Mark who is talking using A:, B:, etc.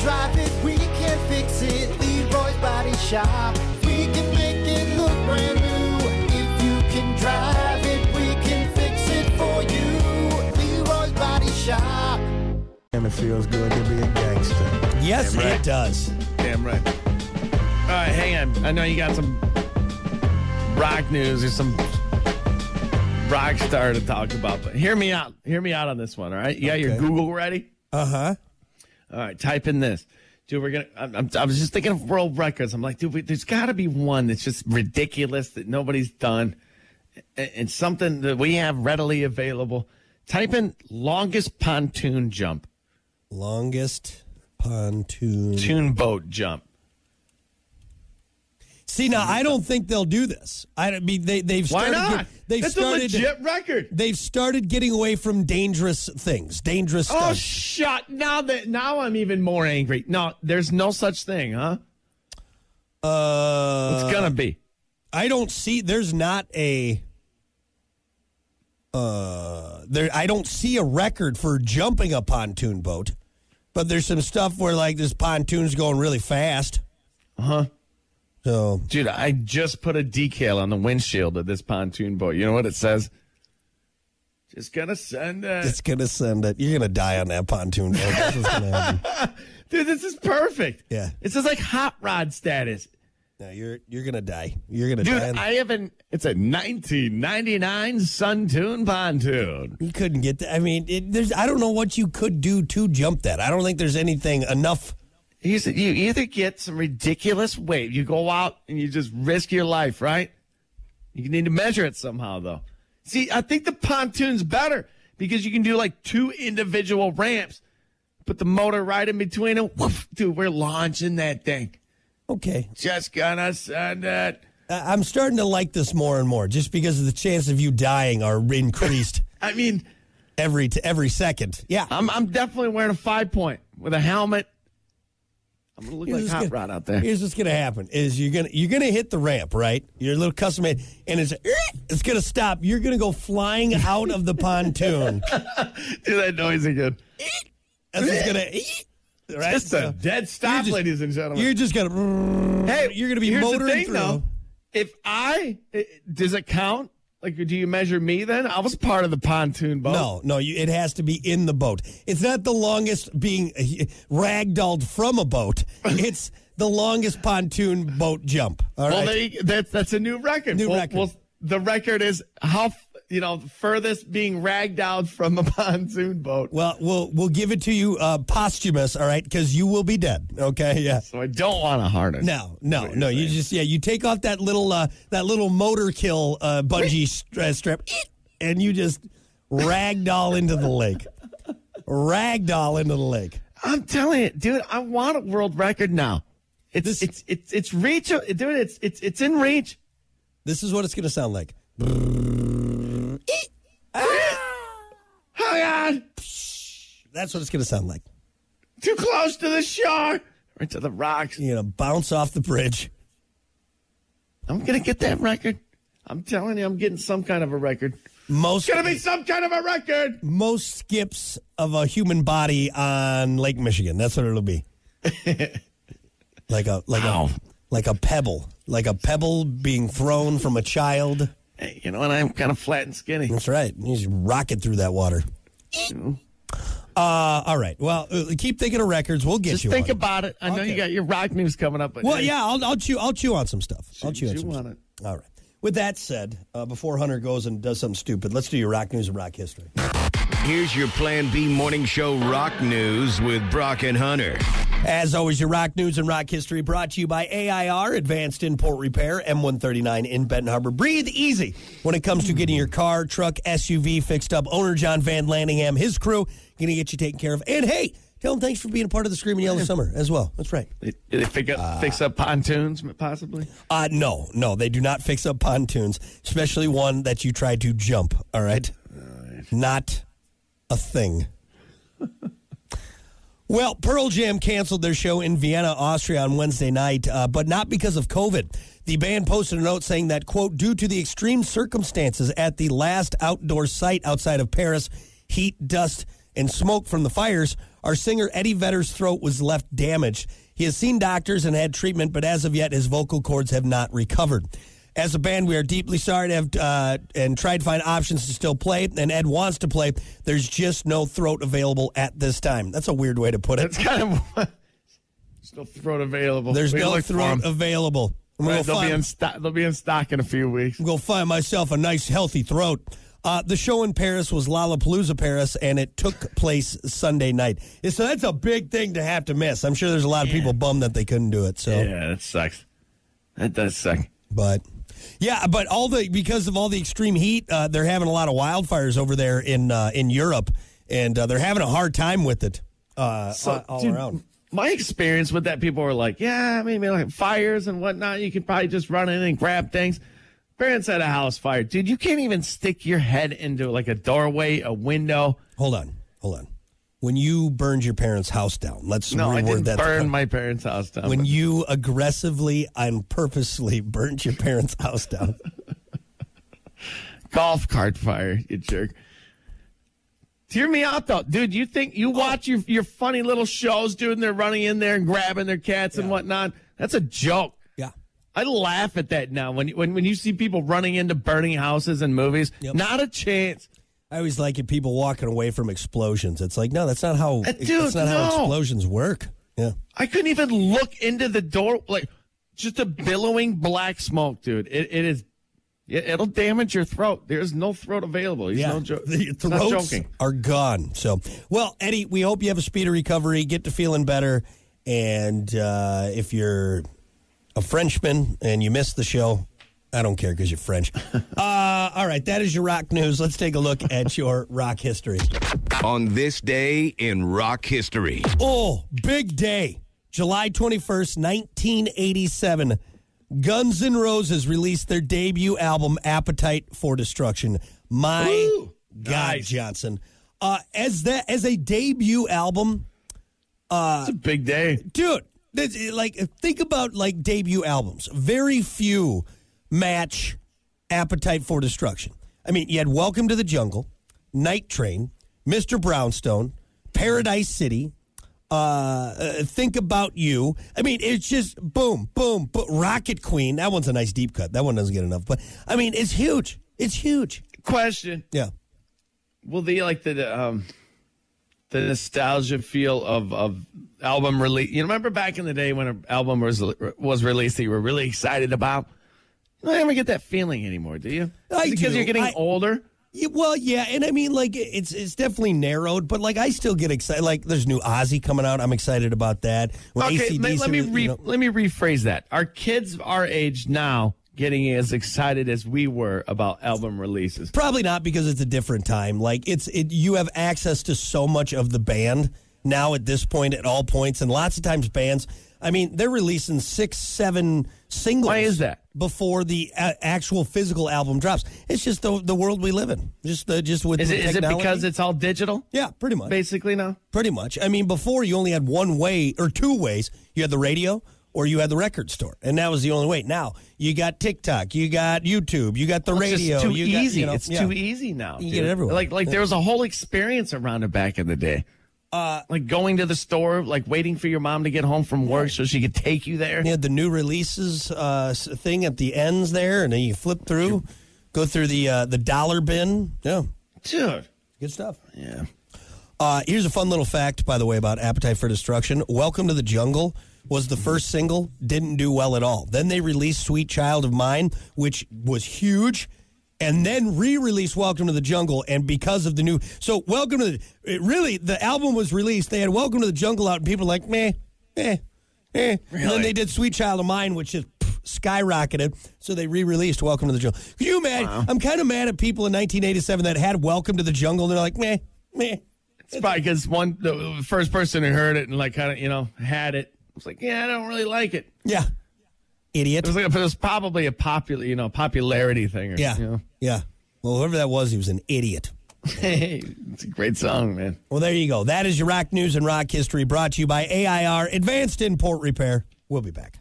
A: drive it, we can fix it. Leroy's Body Shop. We can make it look brand new. If you can drive it, we can fix it for you. Leroy's Body Shop.
B: And it feels good to be a gangster.
C: Yes,
D: Damn right.
C: it does.
D: Damn right. All right, hang on. I know you got some rock news or some rock star to talk about, but hear me out. Hear me out on this one. All right, you got your
C: Okay.
D: Google ready?
C: Uh huh.
D: All right, type in this. Dude, we're gonna. I'm, I'm, I was just thinking of world records. I'm like, dude, we, there's got to be one that's just ridiculous that nobody's done, and, and something that we have readily available. Type in longest pontoon jump,
C: Longest pontoon.
D: tune boat jump.
C: See, now I don't think they'll do this. I don't- I mean they they've
D: Why
C: started.
D: not?
C: get- they've
D: That's
C: started.
D: a legit record.
C: They've started getting away from dangerous things, dangerous
D: Oh,
C: stuff.
D: shut! Now that now I'm even more angry. No, there's no such thing, huh?
C: uh,
D: It's gonna be.
C: I don't see. There's not a. Uh, there. I don't see a record for jumping a pontoon boat, but there's some stuff where like this pontoon's going really fast.
D: Uh-huh.
C: Uh huh. So
D: Dude, I just put a decal on the windshield of this pontoon boat. You know what it says? Just gonna send it.
C: it's gonna send it. You're gonna die on that pontoon boat. That's what's gonna happen.
D: Dude, this is perfect.
C: Yeah.
D: This is like hot rod status.
C: No, you're you're gonna die. You're gonna
D: Dude,
C: die. on-
D: I haven't it's a nineteen ninety nine Suntune pontoon.
C: You couldn't get that. I mean, it, there's. I don't know what you could do to jump that. I don't think there's anything enough.
D: You s- you either get some ridiculous weight, you go out and you just risk your life, right? You need to measure it somehow, though. See, I think the pontoon's better because you can do like two individual ramps, put the motor right in between them. Woof, dude, we're launching that thing.
C: Okay,
D: Just gonna send it.
C: I- I'm starting to like this more and more, just because of the chance of you dying are increased
D: I mean,
C: every to every second. Yeah,
D: I'm I'm definitely wearing a five point with a helmet. I'm gonna look like
C: what's
D: hot
C: gonna-
D: rod out there.
C: Here's what's gonna happen: is you're gonna you're gonna hit the ramp, right? Your little custom made, and it's it's gonna stop. You're gonna go flying out of the pontoon.
D: Do that noise again.
C: That's what's gonna. Right?
D: It's a
C: So
D: dead stop,
C: just-
D: ladies and gentlemen.
C: you're just gonna.
D: Hey,
C: you're gonna be
D: here's the
C: motoring
D: thing,
C: through.
D: Though, if I i- does it count? Like, do you measure me then? I was part of the pontoon boat.
C: No, no, you, it has to be in the boat. It's not the longest being uh, ragdolled from a boat. It's the longest pontoon boat jump. All right.
D: Well, they, that's that's a new record.
C: New
D: well,
C: record.
D: well, the record is how f- you know furthest being ragged out from a pontoon boat.
C: well, we'll we'll give it to you uh, posthumous, all right, because you will be dead. Okay, yeah.
D: So I don't want to harness.
C: No, no, no. You just yeah, you take off that little uh, that little motor kill uh, bungee st- uh, strip, and you just ragdoll into the lake, ragdoll into the lake.
D: I'm telling you, dude. I want a world record now. It's
C: This-
D: it's it's it's reach, dude. It's it's it's in reach.
C: This is what it's going to sound like.
D: Oh God,
C: ah! That's what it's going to sound like.
D: too close to the shore, right to the rocks.
C: You know, bounce off the bridge.
D: I'm gonna get that record. I'm telling you, I'm getting some kind of a record.
C: Most
D: It's gonna be some kind of a record.
C: most skips of a human body on Lake Michigan. That's what it'll be. like a like
D: Wow.
C: a like a pebble, like a pebble being thrown from a child.
D: Hey, you know what? I'm kind of flat and skinny.
C: That's right. You just rocket through that water. Uh, all right. Well, uh, keep thinking of records. We'll get
D: Just
C: you.
D: think
C: one.
D: about it. I know
C: Okay.
D: you got your rock news coming up, but
C: Well, yeah, I'll, I'll chew. I'll chew on some stuff. I'll chew on
D: chew
C: some
D: on
C: stuff. All right. With that said, uh, before Hunter goes and does something stupid, let's do your rock news and rock history.
E: Here's your Plan B morning show rock news with Brock and Hunter.
C: As always, your rock news and rock history brought to you by AIR, Advanced Import Repair, M139 in Benton Harbor. Breathe easy when it comes to getting your car, truck, SUV fixed up. Owner John Van Lanningham, his crew, going to get you taken care of. And hey, tell them thanks for being a part of the Screaming Yellow Summer as well. That's right.
D: They, they fix up, fix up pontoons, possibly.
C: Uh, no, no, they do not fix up pontoons, especially one that you tried to jump. All right, not a thing. well, Pearl Jam canceled their show in Vienna, Austria, on Wednesday night, uh, but not because of COVID. The band posted a note saying that, "quote Due to the extreme circumstances at the last outdoor site outside of Paris, heat, dust, and smoke from the fires." Our singer Eddie Vedder's throat was left damaged. He has seen doctors and had treatment, but as of yet, his vocal cords have not recovered. As a band, we are deeply sorry to have uh, and tried to find options to still play, and Ed wants to play. There's just no throat available at this time. That's a weird way to put it.
D: It's kind of there's no throat available.
C: There's
D: We
C: no
D: looked for
C: throat
D: 'em.
C: available. I'm gonna
D: Right, they'll be
C: find-
D: in stock. They'll be in stock in a few weeks.
C: go find myself a nice healthy throat. Uh, the show in Paris was Lollapalooza Paris, and it took place Sunday night. And So that's a big thing to have to miss. I'm sure there's a lot of people bummed that they couldn't do it. So,
D: Yeah, that sucks. That does suck.
C: but yeah, but all the because of all the extreme heat, uh, they're having a lot of wildfires over there in uh, in Europe, and uh, they're having a hard time with it uh, all- all
D: dude,
C: around.
D: My experience with that, people were like, "Yeah, I mean, like fires and whatnot. You could probably just run in and grab things." Parents had a house fire, dude. You can't even stick your head into like a doorway, a window.
C: Hold on, hold on. When you burned your parents' house down, let's
D: No,
C: reword
D: I didn't
C: that.
D: burn my parents' house down.
C: when you aggressively and purposely burnt your parents' house down.
D: golf cart fire, you jerk. Hear me out though, dude. You think
C: Oh.
D: you watch your your funny little shows, dude, and they're running in there and grabbing their cats and whatnot. That's a joke.
C: Yeah.
D: I laugh at that now when when when you see people running into burning houses and movies.
C: Yep.
D: Not a chance.
C: I always like it people walking away from explosions. It's like, no, that's not how
D: Uh, dude,
C: that's not how
D: no.
C: explosions work. Yeah.
D: I couldn't even look into the door like just a billowing black smoke, dude. It it is it, it'll damage your throat. There's no throat available. There's
C: yeah.
D: no jo-
C: the
D: it's not
C: throats
D: joking.
C: are gone. So well, Eddie, we hope you have a speedy recovery, get to feeling better. And uh, if you're a Frenchman and you missed the show, I don't care because you're French. uh, all right, that is your rock news. Let's take a look at your rock history.
E: On this day in rock history,
C: Oh, big day. July 21st, 1987. Guns N' Roses released their debut album, Appetite for Destruction. My
D: Ooh,
C: God,
D: nice.
C: Johnson. Uh, as that as a debut album,
D: It's a big day.
C: dude, that's- like think about like debut albums. Very few match Appetite for Destruction. I mean, you had Welcome to the Jungle, Night Train, Mr. Brownstone, Paradise City, uh, Think About You. I mean, it's just boom, boom, boom. Rocket Queen. That one's a nice deep cut. That one doesn't get enough. But I mean, it's huge. It's huge.
D: Question.
C: Yeah.
D: Will the like the um the nostalgia feel of of album release? You remember back in the day when an album was was released that you were really excited about? You don't ever get that feeling anymore, do you?
C: I
D: because
C: do.
D: you're getting
C: I-
D: older.
C: Yeah, well, yeah, and I mean, like, it's it's definitely narrowed, but like, I still get excited. Like, there's new Ozzy coming out. I'm excited about that. When
D: Okay, let,
C: AC/DC
D: let me
C: was, you
D: re-
C: know-
D: let me rephrase that. Are kids our age now getting as excited as we were about album releases?
C: probably not because it's a different time. Like, it's it. You have access to so much of the band now at this point, at all points, and lots of times bands. I mean, they're releasing six, seven singles.
D: Why is that?
C: Before the a- actual physical album drops, it's just the the world we live in. Just the just with
D: Is
C: the
D: it is it
C: technology.
D: because it's all digital?
C: yeah, pretty much.
D: Basically now.
C: Pretty much. I mean, before you only had one way or two ways. You had the radio or you had the record store, and that was the only way. Now you got TikTok, you got YouTube, you got the
D: Well,
C: radio.
D: It's just too
C: you got-
D: easy.
C: you know,
D: it's
C: yeah.
D: too e-, easy now.
C: You get
D: dude.
C: it everywhere.
D: Like like there was a whole experience around it back in the day. Uh, like going to the store, like waiting for your mom to get home from work so she could take you there.
C: You had the new releases uh, s- thing at the ends there, and then you flip through, go through the uh, the dollar bin. Yeah,
D: Dude.
C: good stuff.
D: Yeah.
C: Uh, here's a fun little fact, by the way, about Appetite for Destruction. Welcome to the Jungle was the first single, didn't do well at all. Then they released Sweet Child of Mine, which was huge, and then re released Welcome to the Jungle. And because of the new. So, Welcome to the. It really, the album was released. They had Welcome to the Jungle out, and people were like, meh, eh, eh. And then they did Sweet Child of Mine, which is. pff, Skyrocketed, so they re-released "Welcome to the Jungle." Could you imagine? I'm kind of mad at people in 1987 that had "Welcome to the Jungle." and They're like, "Meh, meh,
D: It's probably because one the first person who heard it and like kind of you know had it was like, yeah, I don't really like it.
C: Yeah. Idiot.
D: It was like it was probably a popular you know popularity thing. Or,
C: yeah.
D: you know.
C: Yeah. Well, whoever that was, he was an idiot.
D: Hey, it's a great song, man.
C: Well, there you go. That is your rock news and rock history brought to you by AIR Advanced Import Repair. We'll be back.